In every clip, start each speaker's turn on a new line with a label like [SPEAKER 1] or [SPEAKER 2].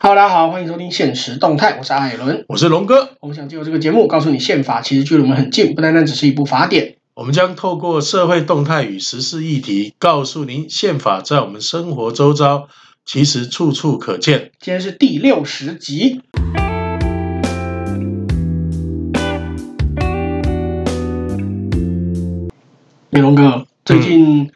[SPEAKER 1] Hello，大家好，欢迎收听《现实动态》，我是艾伦。
[SPEAKER 2] 我是龙哥，
[SPEAKER 1] 我们想借由这个节目，告诉你宪法其实距离我们很近，不单单只是一部法典。
[SPEAKER 2] 我们将透过社会动态与时事议题，告诉您宪法在我们生活周遭其实处处可见。
[SPEAKER 1] 今天是第六十集。美龙哥，最
[SPEAKER 2] 嗯
[SPEAKER 1] 近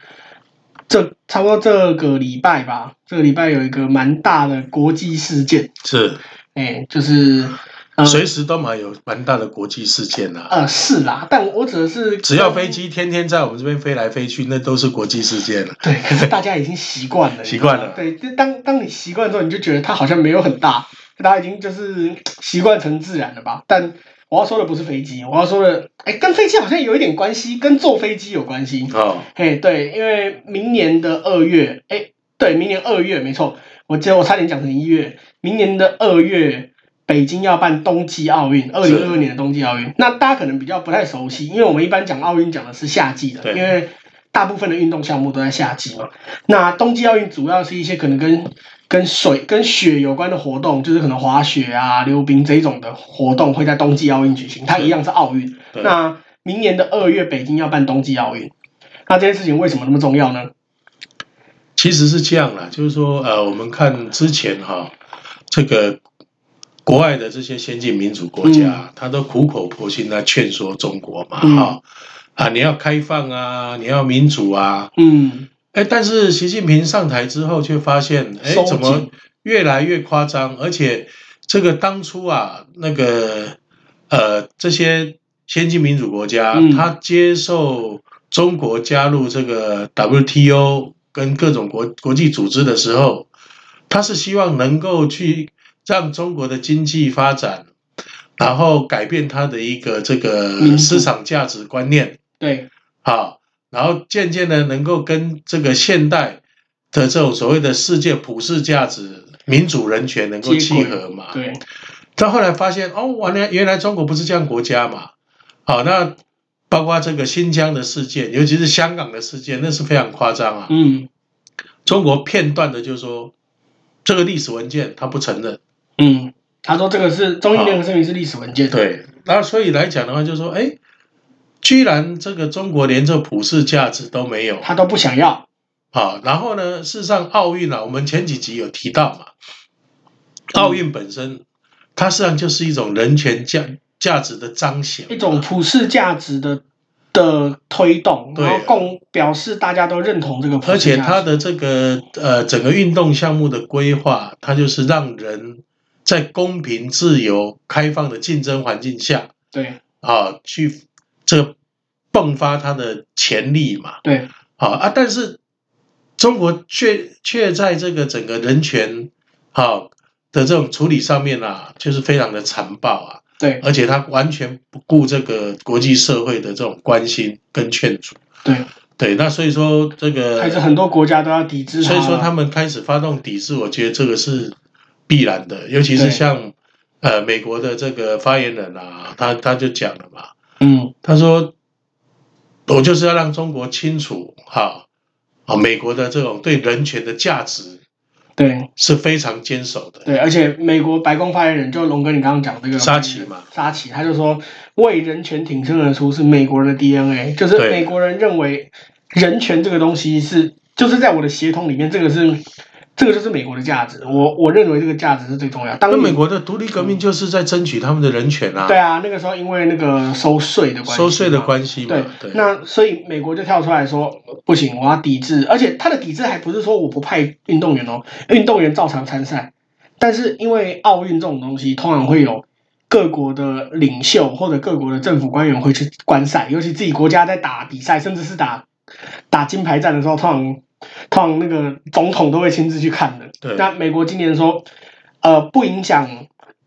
[SPEAKER 1] 这差不多这个礼拜吧，这个礼拜有一个蛮大的国际事件，
[SPEAKER 2] 是，
[SPEAKER 1] 哎，就是呃
[SPEAKER 2] 随时都嘛有蛮大的国际事件啊。
[SPEAKER 1] 呃是啦，但我指的是
[SPEAKER 2] 只要飞机天天在我们这边飞来飞去，那都是国际事件啊了、
[SPEAKER 1] 对，可是大家已经习惯了，
[SPEAKER 2] 习惯了
[SPEAKER 1] 你知道吗对，就当当你习惯之后，你就觉得它好像没有很大，大家已经就是习惯成自然了吧？但我要说的不是飞机，我要说的，哎，跟飞机好像有一点关系，跟坐飞机有关系。
[SPEAKER 2] 哦，
[SPEAKER 1] 嘿，对，因为明年的二月，哎，对，明年二月没错，我记得我差点讲成一月，明年的二月。北京要办冬季奥运，二零二二年的冬季奥运。那大家可能比较不太熟悉，因为我们一般讲奥运讲的是夏季的，
[SPEAKER 2] 对
[SPEAKER 1] 因为大部分的运动项目都在夏季嘛。那冬季奥运主要是一些可能跟跟水、跟雪有关的活动，就是可能滑雪啊、溜冰这一种的活动会在冬季奥运举行，它一样是奥运。
[SPEAKER 2] 对
[SPEAKER 1] 那明年的二月，北京要办冬季奥运，那这件事情为什么那么重要呢？
[SPEAKER 2] 其实是这样啦，就是说，呃，我们看之前哈、这个国外的这些先进民主国家，他都苦口婆心的劝说中国嘛，哈、
[SPEAKER 1] 嗯
[SPEAKER 2] 啊，你要开放啊，你要民主啊，
[SPEAKER 1] 嗯，
[SPEAKER 2] 哎，但是习近平上台之后，却发现，哎
[SPEAKER 1] 收，紧
[SPEAKER 2] 怎么越来越夸张？而且这个当初啊，那个呃，这些先进民主国家，
[SPEAKER 1] 嗯
[SPEAKER 2] 他接受中国加入这个 WTO 跟各种国国际组织的时候，他是希望能够去让中国的经济发展，然后改变他的一个这
[SPEAKER 1] 民
[SPEAKER 2] 个
[SPEAKER 1] 主
[SPEAKER 2] 市场价值观念。
[SPEAKER 1] 对，
[SPEAKER 2] 好，然后渐渐的能够跟这个现代的这种所谓的世界普世价值、民主人权能够契合嘛？
[SPEAKER 1] 对，
[SPEAKER 2] 但后来发现哦，原来原来中国不是这样国家嘛。好，那包括这个新疆的事件，尤其是香港的事件，那是非常夸张啊。
[SPEAKER 1] 嗯
[SPEAKER 2] 中国片段的就说这个历史文件他不承认，
[SPEAKER 1] 嗯，他说这个是中英联合声明是历史文件，，
[SPEAKER 2] 对，那所以来讲的话，就说哎，居然这个中国连这普世价值都没有，
[SPEAKER 1] 他都不想要，
[SPEAKER 2] 好，然后呢，事实上奥运啊，我们前几集有提到嘛，奥运本身它实际上就是一种人权价价值的彰显，
[SPEAKER 1] 一种普世价值的的推动，
[SPEAKER 2] 对
[SPEAKER 1] 然后共表示大家都认同这个普
[SPEAKER 2] 而
[SPEAKER 1] 世
[SPEAKER 2] 且
[SPEAKER 1] 价
[SPEAKER 2] 它
[SPEAKER 1] 值，
[SPEAKER 2] 的这个呃整个运动项目的规划，它就是让人在公平、自由、开放的竞争环境下
[SPEAKER 1] 对
[SPEAKER 2] 啊，去这个迸发它的潜力嘛，
[SPEAKER 1] 对，
[SPEAKER 2] 啊啊，但是中国却却在这个整个人权好、的这种处理上面啊，就是非常的残暴啊，
[SPEAKER 1] 对
[SPEAKER 2] 而且他完全不顾这个国际社会的这种关心跟劝阻。
[SPEAKER 1] 对，
[SPEAKER 2] 对，那所以说这个，
[SPEAKER 1] 还是很多国家都要抵制它啊
[SPEAKER 2] 所
[SPEAKER 1] 了，
[SPEAKER 2] 以说他们开始发动抵制，我觉得这个是必然的，尤其
[SPEAKER 1] 对
[SPEAKER 2] 是像呃美国的这个发言人啊，他他就讲了嘛，
[SPEAKER 1] 嗯
[SPEAKER 2] 他说：“我就是要让中国清楚，哈，啊，美国的这种对人权的价值
[SPEAKER 1] 对
[SPEAKER 2] 是非常坚守的。
[SPEAKER 1] 对，而且美国白宫发言人就龙哥你刚刚讲这个
[SPEAKER 2] 沙奇嘛，
[SPEAKER 1] 沙奇他就说为人权挺身而出是美国人的 DNA，就是
[SPEAKER 2] 对
[SPEAKER 1] 美国人认为人权这个东西是就是在我的血统里面，这个是这个就是美国的价值，我我认为这个价值是最重要。当
[SPEAKER 2] 那
[SPEAKER 1] 你
[SPEAKER 2] 美国的独立革命就是在争取他们的人权啊，
[SPEAKER 1] 对啊，那个时候因为那个收税的关系嘛，
[SPEAKER 2] 收税的关系
[SPEAKER 1] 对
[SPEAKER 2] 嘛，对，
[SPEAKER 1] 那所以美国就跳出来说，不行，我要抵制，而且他的抵制还不是说我不派运动员哦，运动员照常参赛，但是因为奥运这种东西，通常会有各国的领袖或者各国的政府官员会去观赛，尤其自己国家在打比赛，甚至是打打金牌战的时候，通常通常那个总统都会亲自去看的。
[SPEAKER 2] 对
[SPEAKER 1] 那美国今年说，呃，不影响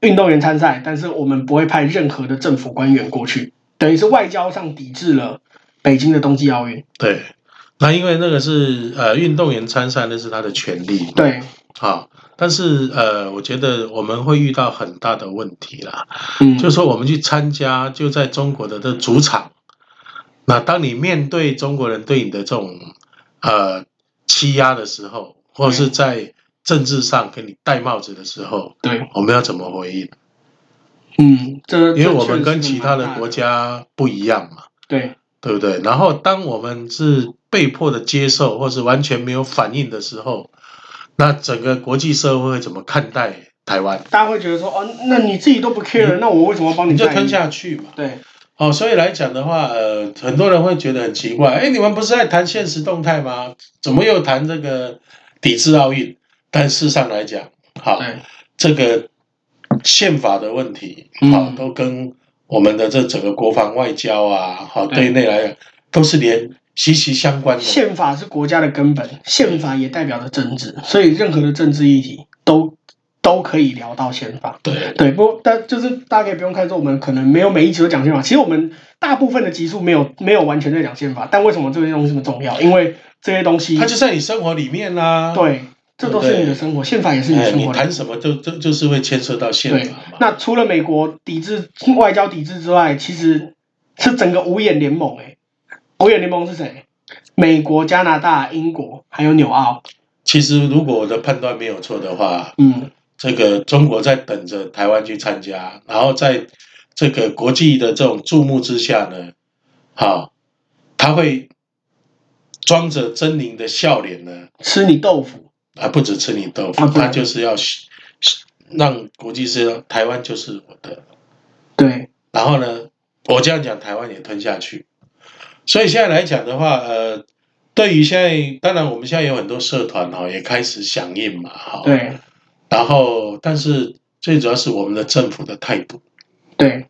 [SPEAKER 1] 运动员参赛，但是我们不会派任何的政府官员过去，等于是外交上抵制了北京的冬季奥运。
[SPEAKER 2] 对，那因为那个是呃运动员参赛，那是他的权利嘛，
[SPEAKER 1] 对，
[SPEAKER 2] 啊。但是呃，我觉得我们会遇到很大的问题啦，
[SPEAKER 1] 嗯，
[SPEAKER 2] 就是说我们去参加，就在中国的这主场。那当你面对中国人对你的这种呃欺压的时候，或者是在政治上给你戴帽子的时候，
[SPEAKER 1] 对，
[SPEAKER 2] 我们要怎么回应？
[SPEAKER 1] 嗯，这
[SPEAKER 2] 因为我们
[SPEAKER 1] 这确实
[SPEAKER 2] 跟其他
[SPEAKER 1] 蛮大
[SPEAKER 2] 的
[SPEAKER 1] 的
[SPEAKER 2] 国家不一样嘛，
[SPEAKER 1] 对
[SPEAKER 2] 对不对？然后当我们是被迫的接受，或是完全没有反应的时候，那整个国际社会会怎么看待台湾？
[SPEAKER 1] 大家会觉得说，哦，那你自己都不 care，那我为什么要帮
[SPEAKER 2] 嗯你
[SPEAKER 1] 你
[SPEAKER 2] 就
[SPEAKER 1] 在意
[SPEAKER 2] 吞下去嘛。
[SPEAKER 1] 对
[SPEAKER 2] 哦，所以来讲的话，呃，很多人会觉得很奇怪，哎，你们不是在谈现实动态吗？怎么又谈这个抵制奥运？但事实上来讲，好，
[SPEAKER 1] 对
[SPEAKER 2] 这个宪法的问题，
[SPEAKER 1] 嗯
[SPEAKER 2] 好，都跟我们的这整个国防外交啊，好，
[SPEAKER 1] 对
[SPEAKER 2] 对内来讲都是连息息相关的。
[SPEAKER 1] 宪法是国家的根本，宪法也代表着政治，所以任何的政治议题都都可以聊到宪法。
[SPEAKER 2] 对，
[SPEAKER 1] 对，不过但就是大家可以不用看说我们可能没有每一集都讲宪法，其实我们大部分的集数没有没有完全在讲宪法，但为什么这些东西这么重要？因为这些东西
[SPEAKER 2] 它，就在你生活里面啦、
[SPEAKER 1] 对，这都是你的生活，宪法也是你的
[SPEAKER 2] 哎，
[SPEAKER 1] 生
[SPEAKER 2] 你
[SPEAKER 1] 活的一部分。
[SPEAKER 2] 谈什么就就就是会牵涉到宪
[SPEAKER 1] 对
[SPEAKER 2] 法嘛。
[SPEAKER 1] 那除了美国抵制外交抵制之外，其实是整个五眼联盟诶、哎五眼联盟是谁？美国、加拿大、英国还有纽澳。
[SPEAKER 2] 其实如果我的判断没有错的话，
[SPEAKER 1] 嗯，
[SPEAKER 2] 这个中国在等着台湾去参加，然后在这个国际的这种注目之下呢，好，他会装着狰狞的笑脸呢，
[SPEAKER 1] 吃你豆腐。
[SPEAKER 2] 啊，不止吃你豆
[SPEAKER 1] 啊
[SPEAKER 2] 腐，
[SPEAKER 1] 不然
[SPEAKER 2] 他就是要嘘嘘让国际知道台湾就是我的，
[SPEAKER 1] 对，
[SPEAKER 2] 然后呢，我这样讲，台湾也吞下去。所以现在来讲的话，呃，对于现在，当然我们现在有很多社团哈、哦，也开始响应嘛，哈、
[SPEAKER 1] 对，
[SPEAKER 2] 然后，但是最主要是我们的政府的态度。
[SPEAKER 1] 对，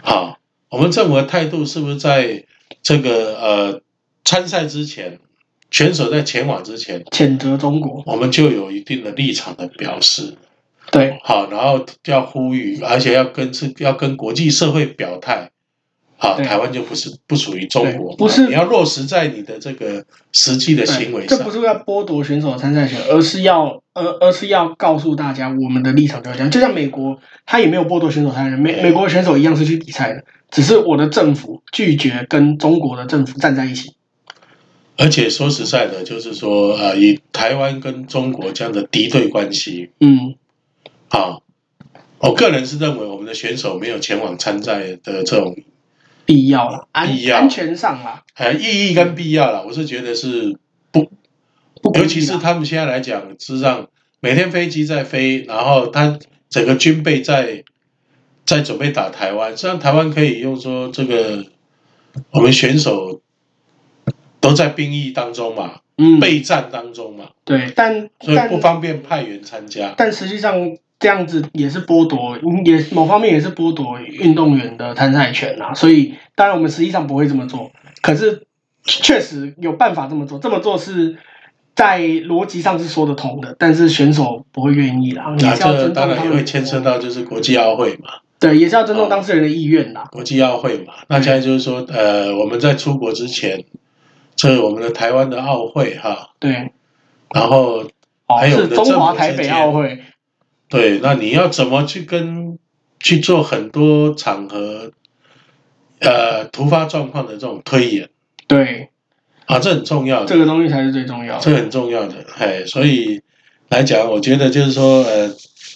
[SPEAKER 2] 好，我们政府的态度是不是在这个呃参赛之前，选手在前往之前，
[SPEAKER 1] 谴责中国。
[SPEAKER 2] 我们就有一定的立场的表示？
[SPEAKER 1] 对，
[SPEAKER 2] 好，然后要呼吁，而且要跟是要跟国际社会表态。好，
[SPEAKER 1] 对
[SPEAKER 2] 台湾就不是不属于中国
[SPEAKER 1] 对
[SPEAKER 2] 嘛，
[SPEAKER 1] 不是
[SPEAKER 2] 你要落实在你的这个实际的行为
[SPEAKER 1] 对这
[SPEAKER 2] 上
[SPEAKER 1] 不。是要剥夺选手的参赛权，而是要而而是要告诉大家我们的立场就是这样。就像美国，他也没有剥夺选手参赛权，美
[SPEAKER 2] 对
[SPEAKER 1] 美国选手一样是去比赛的，只是我的政府拒绝跟中国的政府站在一起。
[SPEAKER 2] 而且说实在的，就是说，呃，以台湾跟中国这样的敌对关系，
[SPEAKER 1] 嗯，
[SPEAKER 2] 好，我个人是认为我们的选手没有前往参赛的这种
[SPEAKER 1] 必要了，安
[SPEAKER 2] 必要
[SPEAKER 1] 安全上啦，
[SPEAKER 2] 呃意义跟必要了，我是觉得是不，
[SPEAKER 1] 不鼓励啦
[SPEAKER 2] 尤其是他们现在来讲，是让每天飞机在飞，然后他整个军备在在准备打台湾，虽然台湾可以用说这个我们选手都在兵役当中嘛，
[SPEAKER 1] 嗯，
[SPEAKER 2] 备战当中嘛，
[SPEAKER 1] 对，但
[SPEAKER 2] 所以
[SPEAKER 1] 但
[SPEAKER 2] 不方便派员参加。
[SPEAKER 1] 但实际上这样子也是剥夺，嗯也某方面也是剥夺运动员的参赛权啊。所以当然我们实际上不会这么做，可是确实有办法这么做，这么做是。在逻辑上是说得通的，但是选手不会愿意啦，也
[SPEAKER 2] 那
[SPEAKER 1] 是要
[SPEAKER 2] 啊这
[SPEAKER 1] 尊重他
[SPEAKER 2] 当
[SPEAKER 1] 们
[SPEAKER 2] 然也
[SPEAKER 1] 的
[SPEAKER 2] 会牵涉到啊就是国际奥会嘛，
[SPEAKER 1] 对，也是要尊重当事人的意愿啦。
[SPEAKER 2] 国际奥会嘛。那现在就是说，呃，我们在出国之前，这我们的台湾的奥会哈，
[SPEAKER 1] 对，
[SPEAKER 2] 然后
[SPEAKER 1] 哦，
[SPEAKER 2] 还有我
[SPEAKER 1] 是
[SPEAKER 2] 们的
[SPEAKER 1] 中华
[SPEAKER 2] 政府
[SPEAKER 1] 台
[SPEAKER 2] 之
[SPEAKER 1] 北
[SPEAKER 2] 间
[SPEAKER 1] 奥会，
[SPEAKER 2] 对，那你要怎么去跟去做很多场合，呃，突发状况的这种推演
[SPEAKER 1] 对，
[SPEAKER 2] 啊，这很重要的，
[SPEAKER 1] 这个东西才是最重要的。
[SPEAKER 2] 这很重要的，哎，所以来讲，我觉得就是说，呃，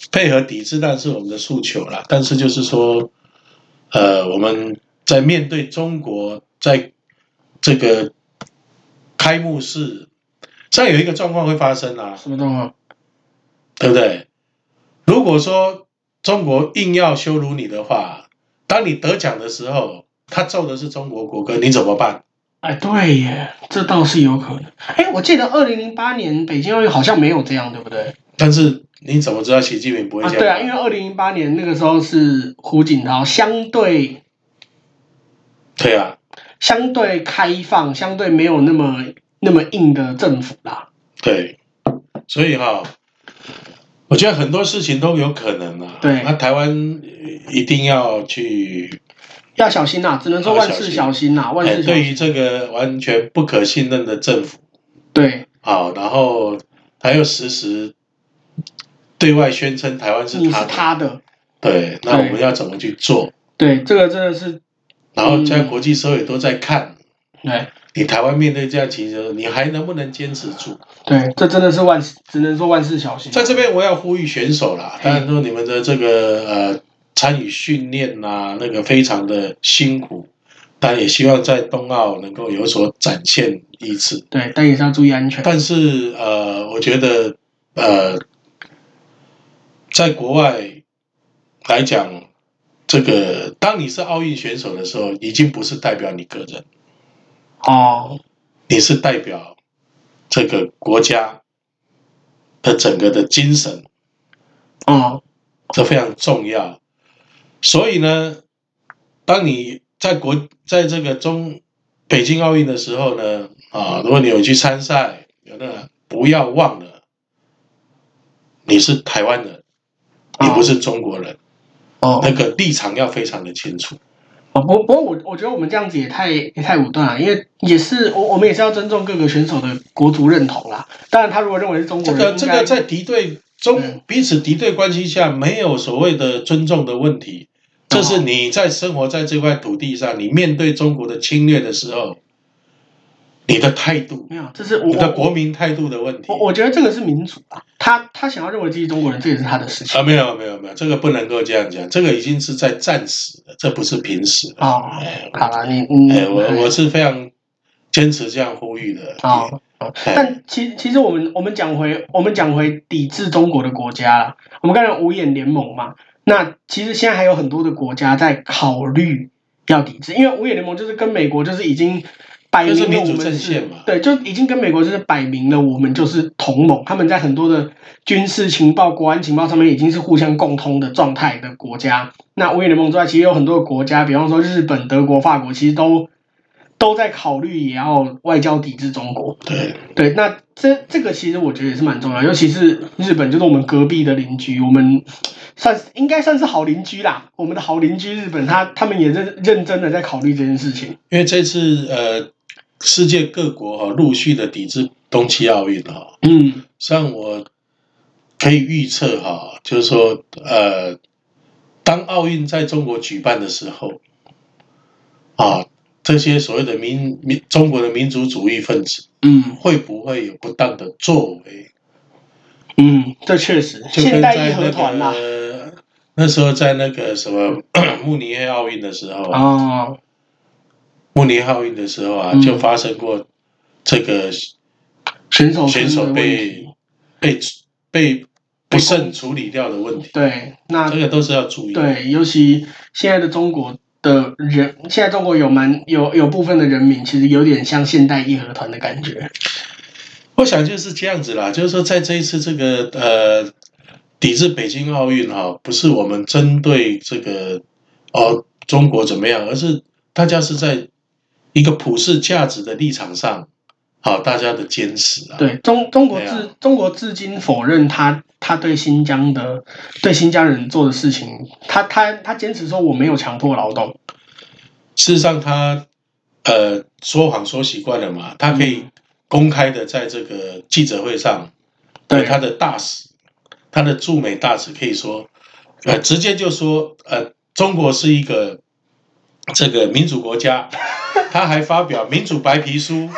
[SPEAKER 2] 配合抵制弹是我们的诉求啦，但是就是说，呃，我们在面对中国在这个开幕式，这样有一个状况会发生啊，
[SPEAKER 1] 什么状况？
[SPEAKER 2] 对不对？如果说中国硬要羞辱你的话，当你得奖的时候，他奏的是中国国歌，你怎么办？
[SPEAKER 1] 哎，对耶，这倒是有可能。哎，我记得二零零八年北京奥运好像没有这样，对不对？
[SPEAKER 2] 但是你怎么知道习近平不会
[SPEAKER 1] 啊，
[SPEAKER 2] 这样
[SPEAKER 1] 对
[SPEAKER 2] 办？
[SPEAKER 1] 啊，因为二零零八年那个时候是胡锦涛相对
[SPEAKER 2] 对啊，
[SPEAKER 1] 相对开放、相对没有那么那么硬的政府啦。
[SPEAKER 2] 对，所以哈、我觉得很多事情都有可能啊。
[SPEAKER 1] 对
[SPEAKER 2] 那台湾呃一定要去，
[SPEAKER 1] 要小心呐、啊只能说
[SPEAKER 2] 要
[SPEAKER 1] 万
[SPEAKER 2] 小
[SPEAKER 1] 事
[SPEAKER 2] 心
[SPEAKER 1] 小心呐、万
[SPEAKER 2] 哎，
[SPEAKER 1] 事小
[SPEAKER 2] 对
[SPEAKER 1] 心。
[SPEAKER 2] 于这个完全不可信任的政府，
[SPEAKER 1] 对，
[SPEAKER 2] 好，然后他又时时对外宣称台湾是
[SPEAKER 1] 你
[SPEAKER 2] 他
[SPEAKER 1] 是
[SPEAKER 2] 的，
[SPEAKER 1] 他的，
[SPEAKER 2] 对，那我
[SPEAKER 1] 对嗯
[SPEAKER 2] 们要怎么去做？
[SPEAKER 1] 对，这个真的是
[SPEAKER 2] 然后现在国际社会都在看，
[SPEAKER 1] 对
[SPEAKER 2] 你台湾面对这样情形，你还能不能坚持住？
[SPEAKER 1] 对，这真的是万事，只能说万事小心。
[SPEAKER 2] 在这边，我要呼吁选手啦，当然说你们的这个呃参与训练呐、那个非常的辛苦，但也希望在冬奥能够有所展现一次。
[SPEAKER 1] 对，但也是要注意安全。
[SPEAKER 2] 但是呃，我觉得呃，在国外来讲，这个当你是奥运选手的时候，已经不是代表你个人，
[SPEAKER 1] 哦，
[SPEAKER 2] 你是代表这个国家的整个的精神，
[SPEAKER 1] 哦，
[SPEAKER 2] 这非常重要。所以呢，当你在国在这个中北京奥运的时候呢，啊，如果你有去参赛，有那不要忘了，你是台湾人，你不是中国人，
[SPEAKER 1] 哦
[SPEAKER 2] 那，个立场要非常的清楚。
[SPEAKER 1] 哦，不不过我我觉得我们这样子也太也太武断了，因为也是我我们也是要尊重各个选手的国族认同啦。当然，他如果认为是中
[SPEAKER 2] 这
[SPEAKER 1] 国
[SPEAKER 2] 个
[SPEAKER 1] 人，
[SPEAKER 2] 这
[SPEAKER 1] 应该
[SPEAKER 2] 个在敌对中
[SPEAKER 1] 嗯
[SPEAKER 2] 彼此敌对关系下，没有所谓的尊重的问题。这
[SPEAKER 1] 啊
[SPEAKER 2] 是你在生活在这块土地上，你面对中国的侵略的时候，你的态度
[SPEAKER 1] 没，有，这是我
[SPEAKER 2] 你的
[SPEAKER 1] 我
[SPEAKER 2] 国民态度的问题
[SPEAKER 1] 我。我觉得这个是民主啊，他他想要认为自己中国人，这也是他的事情。
[SPEAKER 2] 啊，没有没有没有，这个不能够这样讲，这个已经是在战时了，这不是平时了。
[SPEAKER 1] 哦，
[SPEAKER 2] 哎，
[SPEAKER 1] 好嗯了，你你
[SPEAKER 2] 哎，我我是非常坚持这样呼吁的。
[SPEAKER 1] 啊好。
[SPEAKER 2] 哎
[SPEAKER 1] 但其其实我们我们讲回我们讲回抵制中国的国家啦，我们刚才有五眼联盟嘛，那其实现在还有很多的国家在考虑要抵制，因为五眼联盟就是跟美国就是已经摆明
[SPEAKER 2] 就是
[SPEAKER 1] 了
[SPEAKER 2] 民
[SPEAKER 1] 我
[SPEAKER 2] 主
[SPEAKER 1] 们
[SPEAKER 2] 阵
[SPEAKER 1] 是
[SPEAKER 2] 线嘛
[SPEAKER 1] 对，就已经跟美国就是摆明了我们就是同盟，他们在很多的军事情报、国安情报上面已经是互相共通的状态的国家。那五眼联盟之外，其实有很多的国家，比方说日本、德国、法国，其实都都在考虑也要外交抵制中国。
[SPEAKER 2] 对，
[SPEAKER 1] 对，那这这个其实我觉得也是蛮重要，尤其是日本，就是我们隔壁的邻居，我们算是应该算是好邻居啦。我们的好邻居日本，他他们也认认真的在考虑这件事情。
[SPEAKER 2] 因为这次呃，世界各国哈、哦、陆续的抵制冬季奥运哈、哦，
[SPEAKER 1] 嗯，
[SPEAKER 2] 像我可以预测哈、就是说呃，当奥运在中国举办的时候，啊，这些所谓的民民中国的民族主义分子
[SPEAKER 1] 嗯
[SPEAKER 2] 会不会有不当的作为？
[SPEAKER 1] 嗯，这确实，
[SPEAKER 2] 就跟
[SPEAKER 1] 现代义
[SPEAKER 2] 在
[SPEAKER 1] 和
[SPEAKER 2] 那
[SPEAKER 1] 团啦。
[SPEAKER 2] 个那时候在那个什么慕尼黑奥运的时候啊
[SPEAKER 1] 哦，
[SPEAKER 2] 慕尼黑奥运的时候啊，
[SPEAKER 1] 嗯
[SPEAKER 2] 就发生过这个
[SPEAKER 1] 选手
[SPEAKER 2] 选
[SPEAKER 1] 村哦
[SPEAKER 2] 手
[SPEAKER 1] 的问
[SPEAKER 2] 被
[SPEAKER 1] 题
[SPEAKER 2] 被被不慎处理掉的问题，
[SPEAKER 1] 对，那
[SPEAKER 2] 这个都是要注意。，
[SPEAKER 1] 啊对，尤其现在的中国的人，现在中国有蛮有有部分的人民，其实有点像现代义和团的感觉。
[SPEAKER 2] 我想就是这样子啦，就是说在这一次这个呃抵制北京奥运哈、不是我们针对这个哦中国怎么样，而是大家是在一个普世价值的立场上，好、大家的坚持啊。，
[SPEAKER 1] 对中中国至、
[SPEAKER 2] 对啊
[SPEAKER 1] 中国至今否认他他对新疆的对新疆人做的事情，他他他坚持说我没有强迫劳动，
[SPEAKER 2] 事实上他呃说谎说习惯了嘛，他可以公开的在这个记者会上对他的大使，他的驻美大使可以说，呃，直接就说，呃，中国是一个这个民主 国家，他还发表民主白皮书，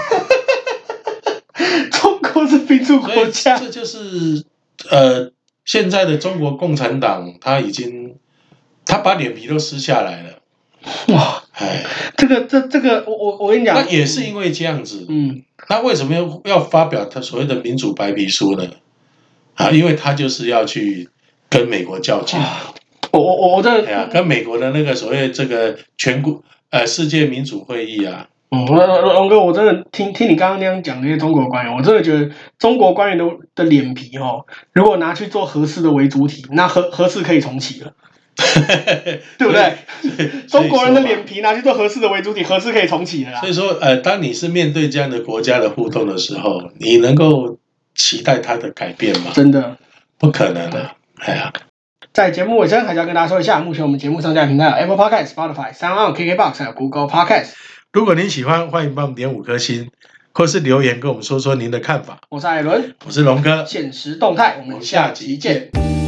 [SPEAKER 1] 中国是民主
[SPEAKER 2] 所
[SPEAKER 1] 国
[SPEAKER 2] 以
[SPEAKER 1] 家，
[SPEAKER 2] 这就是呃，现在的中国共产党他已经他把脸皮都撕下来了，
[SPEAKER 1] 哇，
[SPEAKER 2] 哎，
[SPEAKER 1] 这个这这个我我我跟你讲
[SPEAKER 2] 那，也是因为这样子，
[SPEAKER 1] 嗯
[SPEAKER 2] 那为什么要要发表他所谓的民主白皮书呢？啊，因为他就是要去跟美国较劲。
[SPEAKER 1] 哇，我我我我这
[SPEAKER 2] 哎呀，跟美国的那个所谓这个全国呃世界民主会议啊，
[SPEAKER 1] 嗯，龙龙龙哥，我真的听听你刚刚那样讲那些中国官员，我真的觉得中国官员的的脸皮哦，如果拿去做合适的为主体，那合合适可以重 启了。对不对
[SPEAKER 2] 对？
[SPEAKER 1] 中国人的脸
[SPEAKER 2] 皮。
[SPEAKER 1] 皮拿去做合适的为主体，合适可以重启了啦
[SPEAKER 2] 所。以说，呃，当你是面对这样的国家的互动的时候，你能够期待它的改变吗？
[SPEAKER 1] 真的，
[SPEAKER 2] 不可能的。哎呀，
[SPEAKER 1] 在节目尾声还是要跟大家说一下，目前我们节目上架平台有 Apple Podcast、Spotify、s o u n KKBox 还有 Google Podcast。
[SPEAKER 2] 如果您喜欢，欢迎帮我们点五颗星，或是留言跟我们说说您的看法。
[SPEAKER 1] 我是艾伦，
[SPEAKER 2] 我是龙哥，
[SPEAKER 1] 现实动态，我
[SPEAKER 2] 我们
[SPEAKER 1] 们
[SPEAKER 2] 下
[SPEAKER 1] 下
[SPEAKER 2] 集
[SPEAKER 1] 集
[SPEAKER 2] 见
[SPEAKER 1] 见。。